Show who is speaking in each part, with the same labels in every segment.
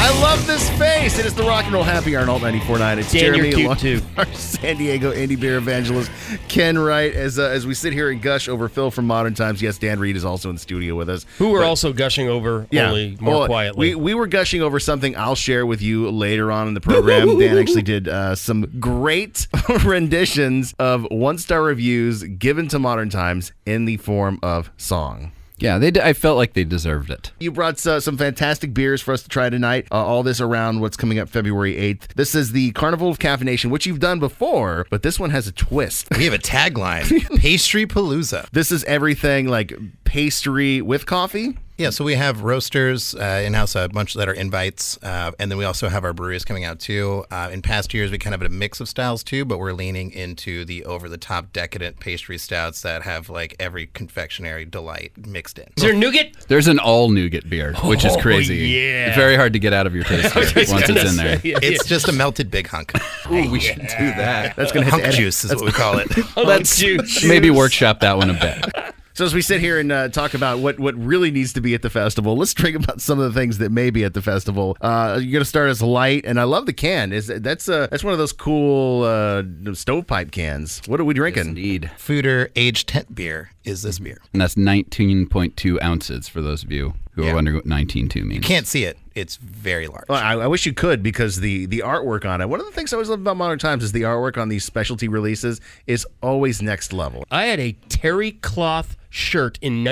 Speaker 1: I love this face. It is the Rock and Roll Happy Hour on Alt 94.9. It's
Speaker 2: Dan, you're
Speaker 1: Jeremy
Speaker 2: cute
Speaker 1: along-
Speaker 2: too.
Speaker 1: our San Diego indie beer evangelist, Ken Wright, as uh, as we sit here and gush over Phil from Modern Times. Yes, Dan Reed is also in the studio with us.
Speaker 2: Who were
Speaker 1: But-
Speaker 2: also gushing over only more
Speaker 1: well,
Speaker 2: quietly.
Speaker 1: We, we were gushing over something I'll share with you later on in the program. Dan actually did uh, some great renditions of one star reviews given to modern times in the form of song.
Speaker 3: Yeah, they. d- I felt like they deserved it.
Speaker 1: You brought uh, some fantastic beers for us to try tonight. Uh, all this around what's coming up February 8th. This is the Carnival of Caffeination, which you've done before, but this one has a twist.
Speaker 4: We have a tagline Pastry Palooza.
Speaker 1: This is everything like pastry with coffee.
Speaker 4: Yeah, so we have roasters uh, in house, a bunch that are invites. Uh, and then we also have our breweries coming out too. Uh, in past years, we kind of had a mix of styles too, but we're leaning into the over the top decadent pastry stouts that have like every confectionery delight mixed in.
Speaker 2: Is there nougat?
Speaker 3: There's an all nougat beer, which is crazy.
Speaker 2: Oh, yeah.
Speaker 3: very hard to get out of your taste
Speaker 2: I was
Speaker 3: buds once
Speaker 2: gonna
Speaker 3: it's in there.
Speaker 2: say, yeah,
Speaker 4: It's just a melted big hunk.
Speaker 3: Ooh, we should do that.
Speaker 1: That's going to hit
Speaker 4: Hunk
Speaker 1: the edit.
Speaker 4: juice is what we call it.
Speaker 2: yeah. Let's juice.
Speaker 3: Maybe workshop that one a bit.
Speaker 1: So as we sit here and uh, talk about what what really needs to be at the festival, let's drink about some of the things that may be at the festival. Uh, you're gonna start as light, and I love the can. Is that's uh, that's one of those cool uh, stovepipe cans. What are we drinking?
Speaker 3: Indeed.
Speaker 4: Fooder aged tent beer is this beer.
Speaker 3: And that's 19.2 ounces for those of you who
Speaker 4: Yeah.
Speaker 3: are wondering what 19.2 means.
Speaker 4: Can't see it. It's very large.
Speaker 1: Well, I, I wish you could because the the artwork on it. One of the things I always love about Modern Times is the artwork on these specialty releases is always next level.
Speaker 2: I had a terry cloth shirt in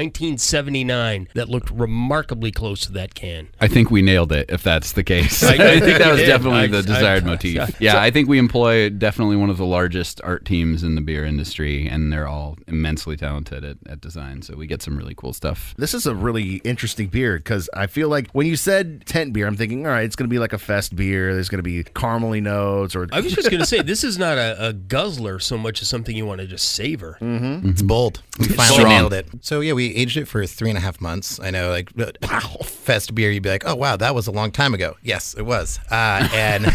Speaker 2: 1979 that looked remarkably close to that can.
Speaker 3: I think we nailed it. If that's the case,
Speaker 2: I-
Speaker 3: I,
Speaker 2: I think
Speaker 3: think that
Speaker 2: we
Speaker 3: was
Speaker 2: did.
Speaker 3: definitely
Speaker 2: I-
Speaker 3: the desired
Speaker 2: I-
Speaker 3: motif. yeah, I think we employ definitely one of the largest art teams in the beer industry, and they're all immensely talented at, at design. So we get some really cool stuff.
Speaker 1: This is a really interesting beer because I feel like when you said tent beer, I'm thinking, all right, it's going to be like a fest beer. There's going to be caramely notes or
Speaker 2: I was just going to say, this is not a, a guzzler so much as something you want to just savor.
Speaker 4: It's bold. We finally
Speaker 3: Strong.
Speaker 4: nailed it. So yeah, we aged it for three and a half months. I know, like wow. fest beer, you'd be like, oh wow, that was a long time ago. Yes, it was. Uh, and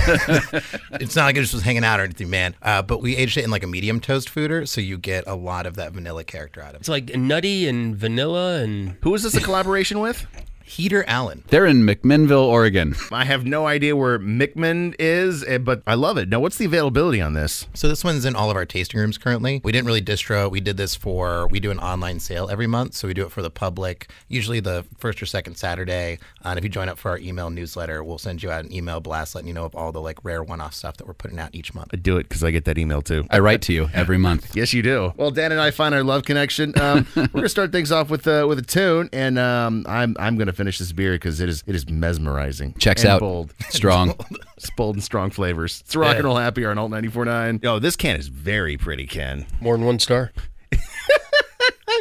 Speaker 4: it's not like it just was hanging out or anything, man. Uh, but we aged it in like a medium toast fooder, so you get a lot of that vanilla character out of
Speaker 2: It's
Speaker 4: it.
Speaker 2: like nutty and vanilla and
Speaker 1: Who is this a collaboration with?
Speaker 4: Heater Allen.
Speaker 3: They're in McMinnville, Oregon.
Speaker 1: I have no idea where Mickman is, eh, but I love it. Now, what's the availability on this?
Speaker 4: So this one's in all of our tasting rooms currently. We didn't really distro. it. We did this for we do an online sale every month, so we do it for the public. Usually the first or second Saturday. Uh, And if you join up for our email newsletter, we'll send you out an email blast letting you know of all the like rare one-off stuff that we're putting out each month.
Speaker 1: I do it because I get that email too.
Speaker 3: I write to you every month.
Speaker 1: Yes, you do. Well, Dan and I find our love connection. Um, we're gonna start things off with uh, with a tune, and um, I'm I'm gonna finish this beer because it is it is mesmerizing.
Speaker 3: Checks
Speaker 1: And
Speaker 3: out.
Speaker 1: Bold.
Speaker 3: Strong.
Speaker 1: It's bold and strong flavors. It's a rock and roll happy hour on Alt 94.9. Yo, this can is very pretty, Ken.
Speaker 2: more than one star.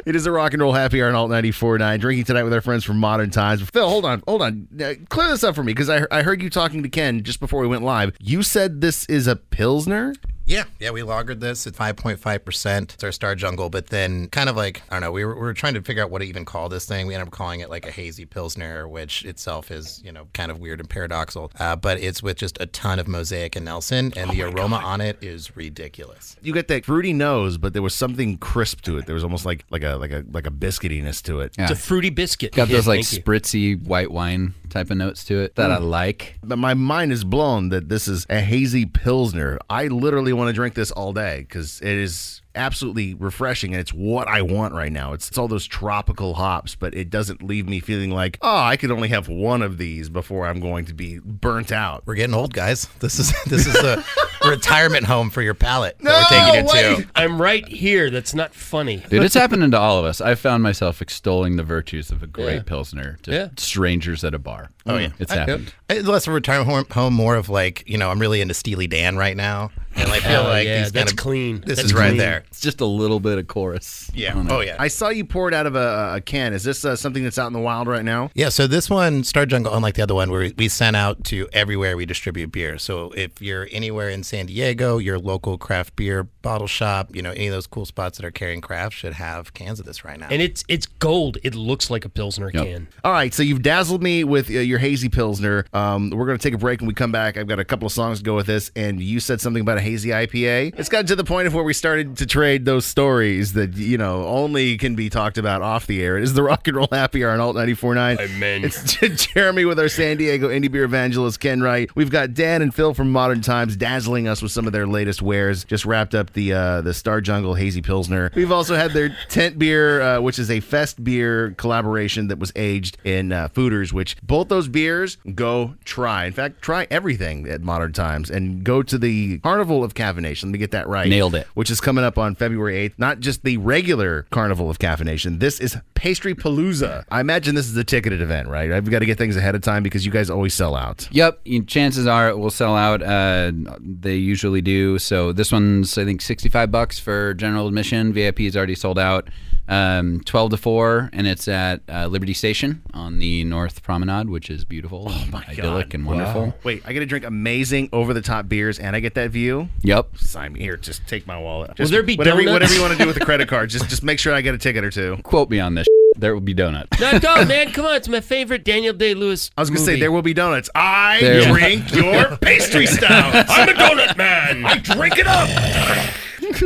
Speaker 1: It is a rock and roll happy hour on Alt 94.9. Drinking tonight with our friends from Modern Times. Phil, hold on, hold on. Uh, clear this up for me because I, I heard you talking to Ken just before we went live. You said this is a Pilsner?
Speaker 4: Yeah, yeah, we lagered this at 5.5%. It's our Star Jungle, but then kind of like, I don't know, we were, we were trying to figure out what to even call this thing. We ended up calling it like a hazy Pilsner, which itself is, you know, kind of weird and paradoxical. Uh, but it's with just a ton of Mosaic and Nelson,
Speaker 2: Oh
Speaker 4: and the aroma on it is ridiculous.
Speaker 1: You get that fruity nose, but there was something crisp to it. There was almost like like a like a like a biscuitiness to it.
Speaker 2: It's a fruity biscuit.
Speaker 3: Got those
Speaker 2: Yeah,
Speaker 3: like
Speaker 2: thank you.
Speaker 3: spritzy white wine type of notes to it that I like.
Speaker 1: But my mind is blown that this is a hazy pilsner. I literally want to drink this all day because it is absolutely refreshing and it's what I want right now. It's, it's all those tropical hops, but it doesn't leave me feeling like, oh, I could only have one of these before I'm going to be burnt out.
Speaker 4: We're getting old, guys. This is this is a retirement home for your palate. that we're taking it to.
Speaker 2: I'm right here. That's not funny.
Speaker 3: Dude, it's happening to all of us. I found myself extolling the virtues of a great
Speaker 2: Yeah.
Speaker 3: pilsner to
Speaker 2: Yeah.
Speaker 3: strangers at a bar. Oh yeah, it's happened.
Speaker 4: It's less of a retirement home, home, more of like you know, I'm really into Steely Dan right now, and I feel
Speaker 2: Oh,
Speaker 4: like
Speaker 2: yeah,
Speaker 4: these
Speaker 2: that's
Speaker 4: kind of
Speaker 2: clean.
Speaker 4: This
Speaker 2: That's
Speaker 4: is right
Speaker 2: clean.
Speaker 4: there.
Speaker 3: It's just a little bit of chorus.
Speaker 4: Yeah.
Speaker 3: on it.
Speaker 4: Oh yeah.
Speaker 1: I saw you pour it out of a, a can. Is this uh, something that's out in the wild right now?
Speaker 4: Yeah, so this one, Star Jungle, unlike the other one, where we sent out to everywhere we distribute beer. So if you're anywhere in San Diego, your local craft beer bottle shop, you know, any of those cool spots that are carrying craft should have cans of this right now.
Speaker 2: And it's it's gold. It looks like a pilsner
Speaker 3: Yep.
Speaker 2: can.
Speaker 1: All right, so you've dazzled me with uh, your hazy pilsner. Um, we're going to take a break when we come back. I've got a couple of songs to go with this, and you said something about a hazy IPA. It's gotten to the point of where we started to trade those stories that you know only can be talked about off the air. It is the Rock and Roll Happy Hour on Alt 94.9.
Speaker 2: Amen.
Speaker 1: It's Jeremy with our San Diego indie beer evangelist Ken Wright. We've got Dan and Phil from Modern Times dazzling us with some of their latest wares. Just wrapped up the uh, the Star Jungle Hazy Pilsner. We've also had their Tent Beer, uh, which is a Fest beer collaboration that was aged in uh, Fooders. Which both those beers go try. In fact, try everything at Modern Times and go to the Carnival of Caffeination. Let me get that right.
Speaker 3: Nailed it.
Speaker 1: Which is coming up on February 8th. Not just the regular Carnival of Caffeination. This is Pastry Palooza. I imagine this is a ticketed event, right? I've got to get things ahead of time because you guys always sell out.
Speaker 3: Yep, you- chances are it will sell out. Uh, they usually do. So this one's I think sixty-five bucks for general admission. VIP is already sold out. Um, Twelve to four, and it's at uh, Liberty Station on the North Promenade, which is beautiful, and idyllic, and wonderful.
Speaker 1: Wait, I got to drink amazing over the top beers and I get that view?
Speaker 3: Yep.
Speaker 1: Sign me here. Just take my wallet. Just
Speaker 2: there be
Speaker 1: whatever,
Speaker 2: donuts?
Speaker 1: whatever you want to do with the credit card? Just just make sure I get a ticket or two.
Speaker 3: Quote me on this. There will be donut.
Speaker 2: No, go, man. Come on. It's my favorite Daniel Day Lewis.
Speaker 1: I was gonna say there will be donuts. I
Speaker 3: There-
Speaker 1: drink your pastry stout.
Speaker 2: I'm a donut man.
Speaker 1: I drink it up.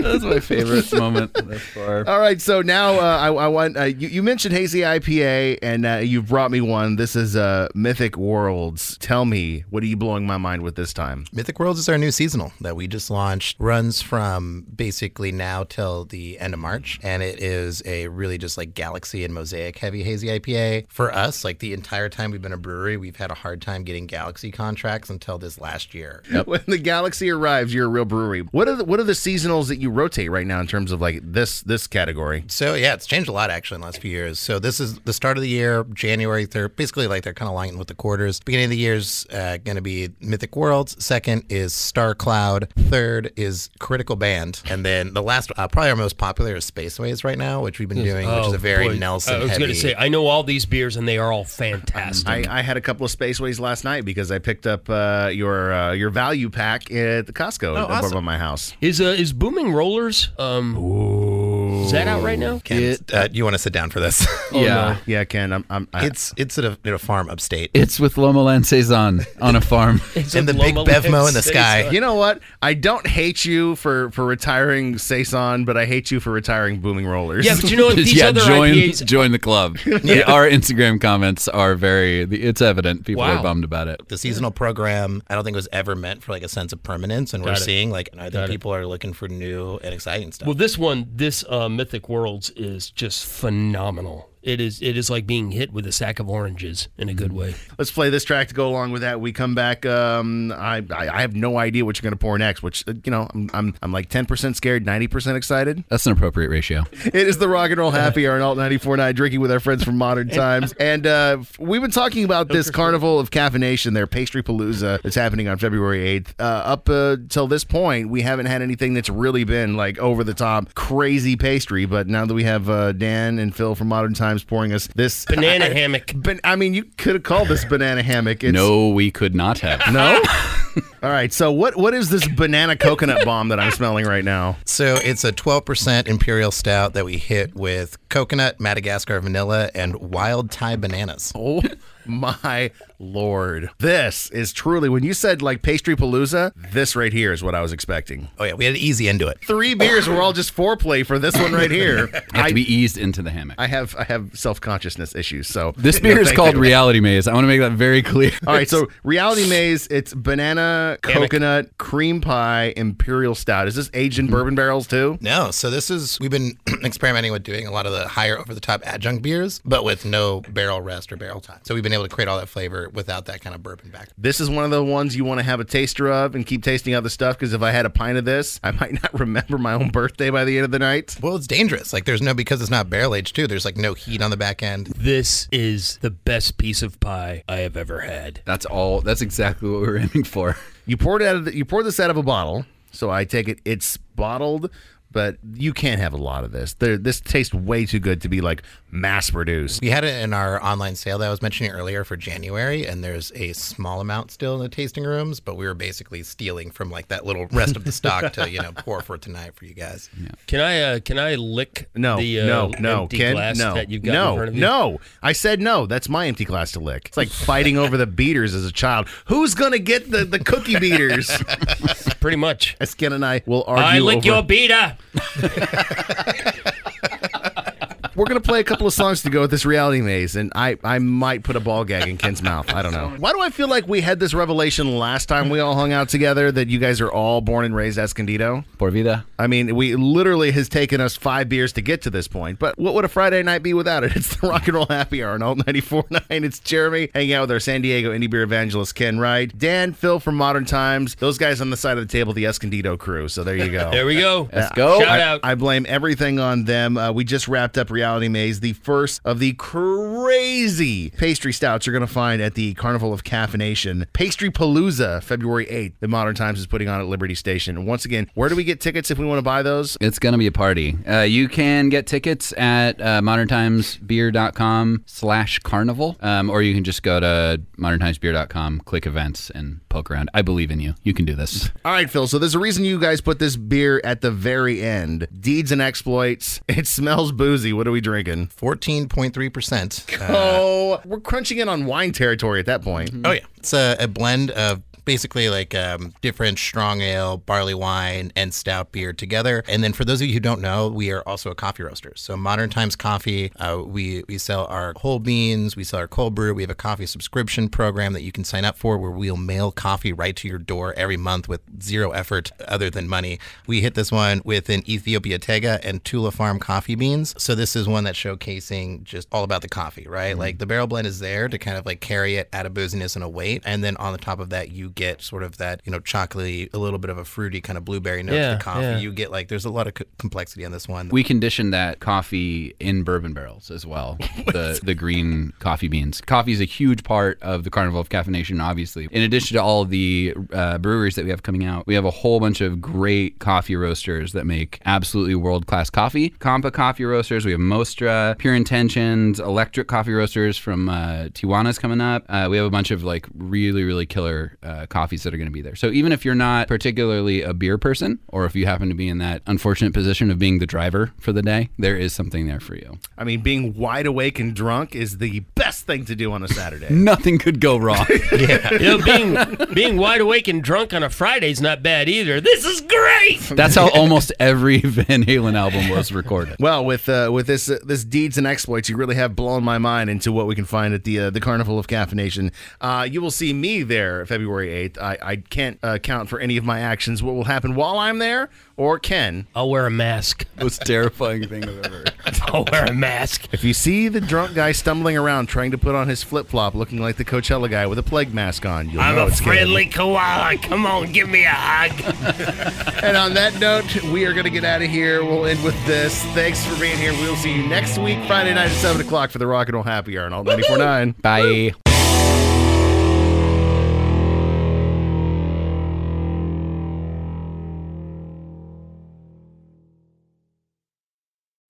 Speaker 3: That's my favorite moment thus far.
Speaker 1: All right, so now uh, I, I want uh, you, you mentioned hazy IPA, and uh, you've brought me one. This is uh, Mythic Worlds. Tell me, what are you blowing my mind with this time?
Speaker 4: Mythic Worlds is our new seasonal that we just launched. Runs from basically now till the end of March, and it is a really just like galaxy and mosaic heavy hazy IPA. For us, like the entire time we've been a brewery, we've had a hard time getting galaxy contracts until this last year.
Speaker 1: When the galaxy arrives, you're a real brewery. What are the, what are the seasonals that you rotate right now in terms of like this this category?
Speaker 4: So yeah, it's changed a lot actually in the last few years. So this is the start of the year, January third. Basically, like they're kind of lining with the quarters. Beginning of the year's uh, going to be Mythic Worlds. Second is Star Cloud. Third is Critical Band, and then the last, uh, probably our most popular, is Spaceways right now, which we've been doing, which is a very Nelson.
Speaker 2: Oh, I was
Speaker 4: heavy.
Speaker 2: to say I know all these beers and they are all fantastic.
Speaker 1: I, I had a couple of spaceways last night because I picked up uh, your uh, your value pack at the Costco above
Speaker 4: Oh, awesome.
Speaker 1: my house.
Speaker 2: Is uh, is Booming Rollers um is that out right now?
Speaker 4: Ken, uh, you want to sit down for this?
Speaker 3: yeah.
Speaker 1: Yeah, Ken, I'm, I'm I,
Speaker 4: it's it's at a, at a farm upstate.
Speaker 3: It's with Loma Lanceson on a farm.
Speaker 2: It's
Speaker 4: and
Speaker 2: a
Speaker 4: the big
Speaker 2: Loma
Speaker 4: Bevmo in the
Speaker 2: Lindsay.
Speaker 4: sky.
Speaker 1: You know what? I don't hate you for for retiring Saison, but I hate you for retiring Booming Rollers.
Speaker 2: Yeah, but you know what? These
Speaker 3: yeah,
Speaker 2: other
Speaker 3: join
Speaker 2: IPAs.
Speaker 3: join the club. Yeah, our Instagram comments are very. the- It's evident people
Speaker 2: Wow.
Speaker 3: are bummed about it.
Speaker 4: the seasonal program i don't think was ever meant for like a sense of permanence and we're
Speaker 2: Got it.
Speaker 4: seeing like i think people are looking for new and exciting stuff
Speaker 2: Well, this one, this uh, Mythic Worlds, is just phenomenal. It is it is like being hit with a sack of oranges in a good way.
Speaker 1: Let's play this track to go along with that. We come back. Um, I I I have no idea what you're gonna pour next. Which uh, you know, I'm I'm, I'm like ten percent scared, ninety percent excited.
Speaker 3: That's an appropriate ratio.
Speaker 1: It is the rock and roll happy hour on Alt 94.9, drinking with our friends from Modern Times. And uh, f- we've been talking about this carnival of caffeination, their pastry palooza that's happening on February 8th. Uh, up uh, till this point, we haven't had anything that's really been like over the top, crazy pastry. But now that we have uh, Dan and Phil from Modern Times pouring us this.
Speaker 2: Banana hammock.
Speaker 1: Ban- I mean, you could have called this banana hammock. It's,
Speaker 3: No, we could not have.
Speaker 1: No? All right. So, what what is this banana coconut bomb that I'm smelling right now?
Speaker 4: So it's a 12% imperial stout that we hit with coconut, Madagascar vanilla, and wild Thai bananas.
Speaker 1: Oh my lord. This is truly, when you said like pastry palooza, this right here is what I was expecting.
Speaker 4: Oh yeah, we had it easy into it.
Speaker 1: Three beers were all just foreplay for this one right here.
Speaker 3: Have
Speaker 1: I,
Speaker 3: to be eased into the hammock.
Speaker 1: I have I have self consciousness issues. So
Speaker 3: this
Speaker 1: no,
Speaker 3: beer is
Speaker 1: thank
Speaker 3: called
Speaker 1: you.
Speaker 3: Reality Maze. I want to make that very clear.
Speaker 1: All right, so reality maze, it's banana, coconut, cream pie, imperial stout. Is this aged
Speaker 3: Mm-hmm.
Speaker 1: in bourbon barrels too?
Speaker 4: No, so this is we've been experimenting with doing a lot of the higher over the top adjunct beers, but with no barrel rest or barrel time. So we've been able to create all that flavor without that kind of bourbon back.
Speaker 1: This is one of the ones you want to have a taster of and keep tasting other stuff because if I had a pint of this, I might not remember my own birthday by the end of the night.
Speaker 4: Well, it's dangerous. Like there's no because it's not barrel aged too. There's like no heat on the back end.
Speaker 2: This is the best piece of pie I have ever had.
Speaker 3: That's all. That's exactly what we were aiming for.
Speaker 1: You poured out of the, you poured this out of a bottle, so I take it it's bottled, but you can't have a lot of this. There, this tastes way too good to be like mass produced.
Speaker 4: We had it in our online sale that I was mentioning earlier for January, and there's a small amount still in the tasting rooms, but we were basically stealing from like that little rest of the stock to you know pour for tonight for you guys.
Speaker 2: Can I uh, can I lick
Speaker 1: No,
Speaker 2: the uh,
Speaker 1: no, no,
Speaker 2: empty
Speaker 1: Ken,
Speaker 2: glass
Speaker 1: no,
Speaker 2: that you've got in
Speaker 1: no,
Speaker 2: front of you?
Speaker 1: no. I said no. That's my empty glass to lick. It's like fighting over the beaters as a child. Who's gonna get the, the cookie beaters?
Speaker 2: Pretty much.
Speaker 1: As Ken and I will argue.
Speaker 2: I lick
Speaker 1: over-
Speaker 2: your beta.
Speaker 1: We're gonna play a couple of songs to go with this reality maze, and I I might put a ball gag in Ken's mouth. I don't know. Why do I feel like we had this revelation last time we all hung out together that you guys are all born and raised Escondido?
Speaker 3: Por vida.
Speaker 1: I mean, we literally has taken us five beers to get to this point. But what would a Friday night be without it? It's the Rock and Roll Happy Hour on Alt 94.9. It's Jeremy hanging out with our San Diego indie beer evangelist Ken Wright, Dan, Phil from Modern Times, those guys on the side of the table, the Escondido crew. So there you go.
Speaker 2: There we go.
Speaker 3: Let's go.
Speaker 2: Shout
Speaker 1: I,
Speaker 2: out.
Speaker 1: I blame everything on them. Uh, we just wrapped up Reality Maze, the first of the crazy pastry stouts you're going to find at the Carnival of Caffeination. Pastry Palooza, February 8th, the Modern Times is putting on at Liberty Station. And Once again, where do we get tickets if we want to buy those?
Speaker 3: It's going to be a party. Uh, you can get tickets at uh, moderntimesbeer.com slash carnival, um, or you can just go to moderntimesbeer.com, click events, and poke around. I believe in you. You can do this.
Speaker 1: All right, Phil. So there's a reason you guys put this beer at the very end. Deeds and exploits. It smells boozy. What are we drinking?
Speaker 4: Fourteen point three percent. uh,
Speaker 1: oh, we're crunching in on wine territory at that point.
Speaker 4: Oh yeah, it's a, a blend of basically like um, different strong ale, barley wine, and stout beer together. And then for those of you who don't know, we are also a coffee roaster. So Modern Times Coffee, uh, we we sell our whole beans, we sell our cold brew. We have a coffee subscription program that you can sign up for, where we'll mail coffee right to your door every month with zero effort other than money. We hit this one with an Ethiopia Tega and Tula Farm coffee beans. So this is one that's showcasing just all about the coffee, right?
Speaker 2: Mm-hmm.
Speaker 4: Like the barrel blend is there to kind of like carry it out of booziness and a weight. And then on the top of that, you get sort of that, you know, chocolatey, a little bit of a fruity kind of blueberry note
Speaker 2: Yeah,
Speaker 4: to the coffee.
Speaker 2: yeah.
Speaker 4: You get like, there's a lot of co- complexity on this one.
Speaker 3: We condition that coffee in bourbon barrels as well. The the green coffee beans. Coffee is a huge part of the Carnival of Caffeination, obviously. In addition to all the uh, breweries that we have coming out, we have a whole bunch of great coffee roasters that make absolutely world class coffee. Compa coffee roasters. We have Mostra, Pure Intentions, Electric coffee roasters from uh, Tijuana's coming up. Uh, we have a bunch of like really really killer uh, coffees that are going to be there. So even if you're not particularly a beer person, or if you happen to be in that unfortunate position of being the driver for the day, there is something there for you.
Speaker 1: I mean, being wide awake and drunk is the best thing to do on a Saturday.
Speaker 3: Nothing could go wrong.
Speaker 2: You know, being being wide awake and drunk on a Friday is not bad either. This is great.
Speaker 3: That's how almost every Van Halen album was recorded.
Speaker 1: Well, with uh, with this uh, this deeds and exploits, you really have blown my mind into what we can find at the uh, the Carnival of Caffeination. Uh, you will see me there February eighth. I, I can't uh, count for any of my actions. What will happen while I'm there or Ken?
Speaker 2: I'll wear a mask.
Speaker 3: Most terrifying thing I've ever. Heard.
Speaker 2: I'll wear a mask.
Speaker 1: If you see the drunk guy stumbling around trying to put on his flip flop, looking like the Coachella guy with a plague mask on, you'll
Speaker 2: I'm
Speaker 1: know
Speaker 2: a
Speaker 1: it's Ken.
Speaker 2: friendly koala. Come on, give me a hug.
Speaker 1: And on that note, we are going to get out of here. We'll end with this. Thanks for being here. We'll see you next week, Friday night at seven o'clock for the Rock and Roll Happy Hour on Alt 94.9.
Speaker 3: Bye.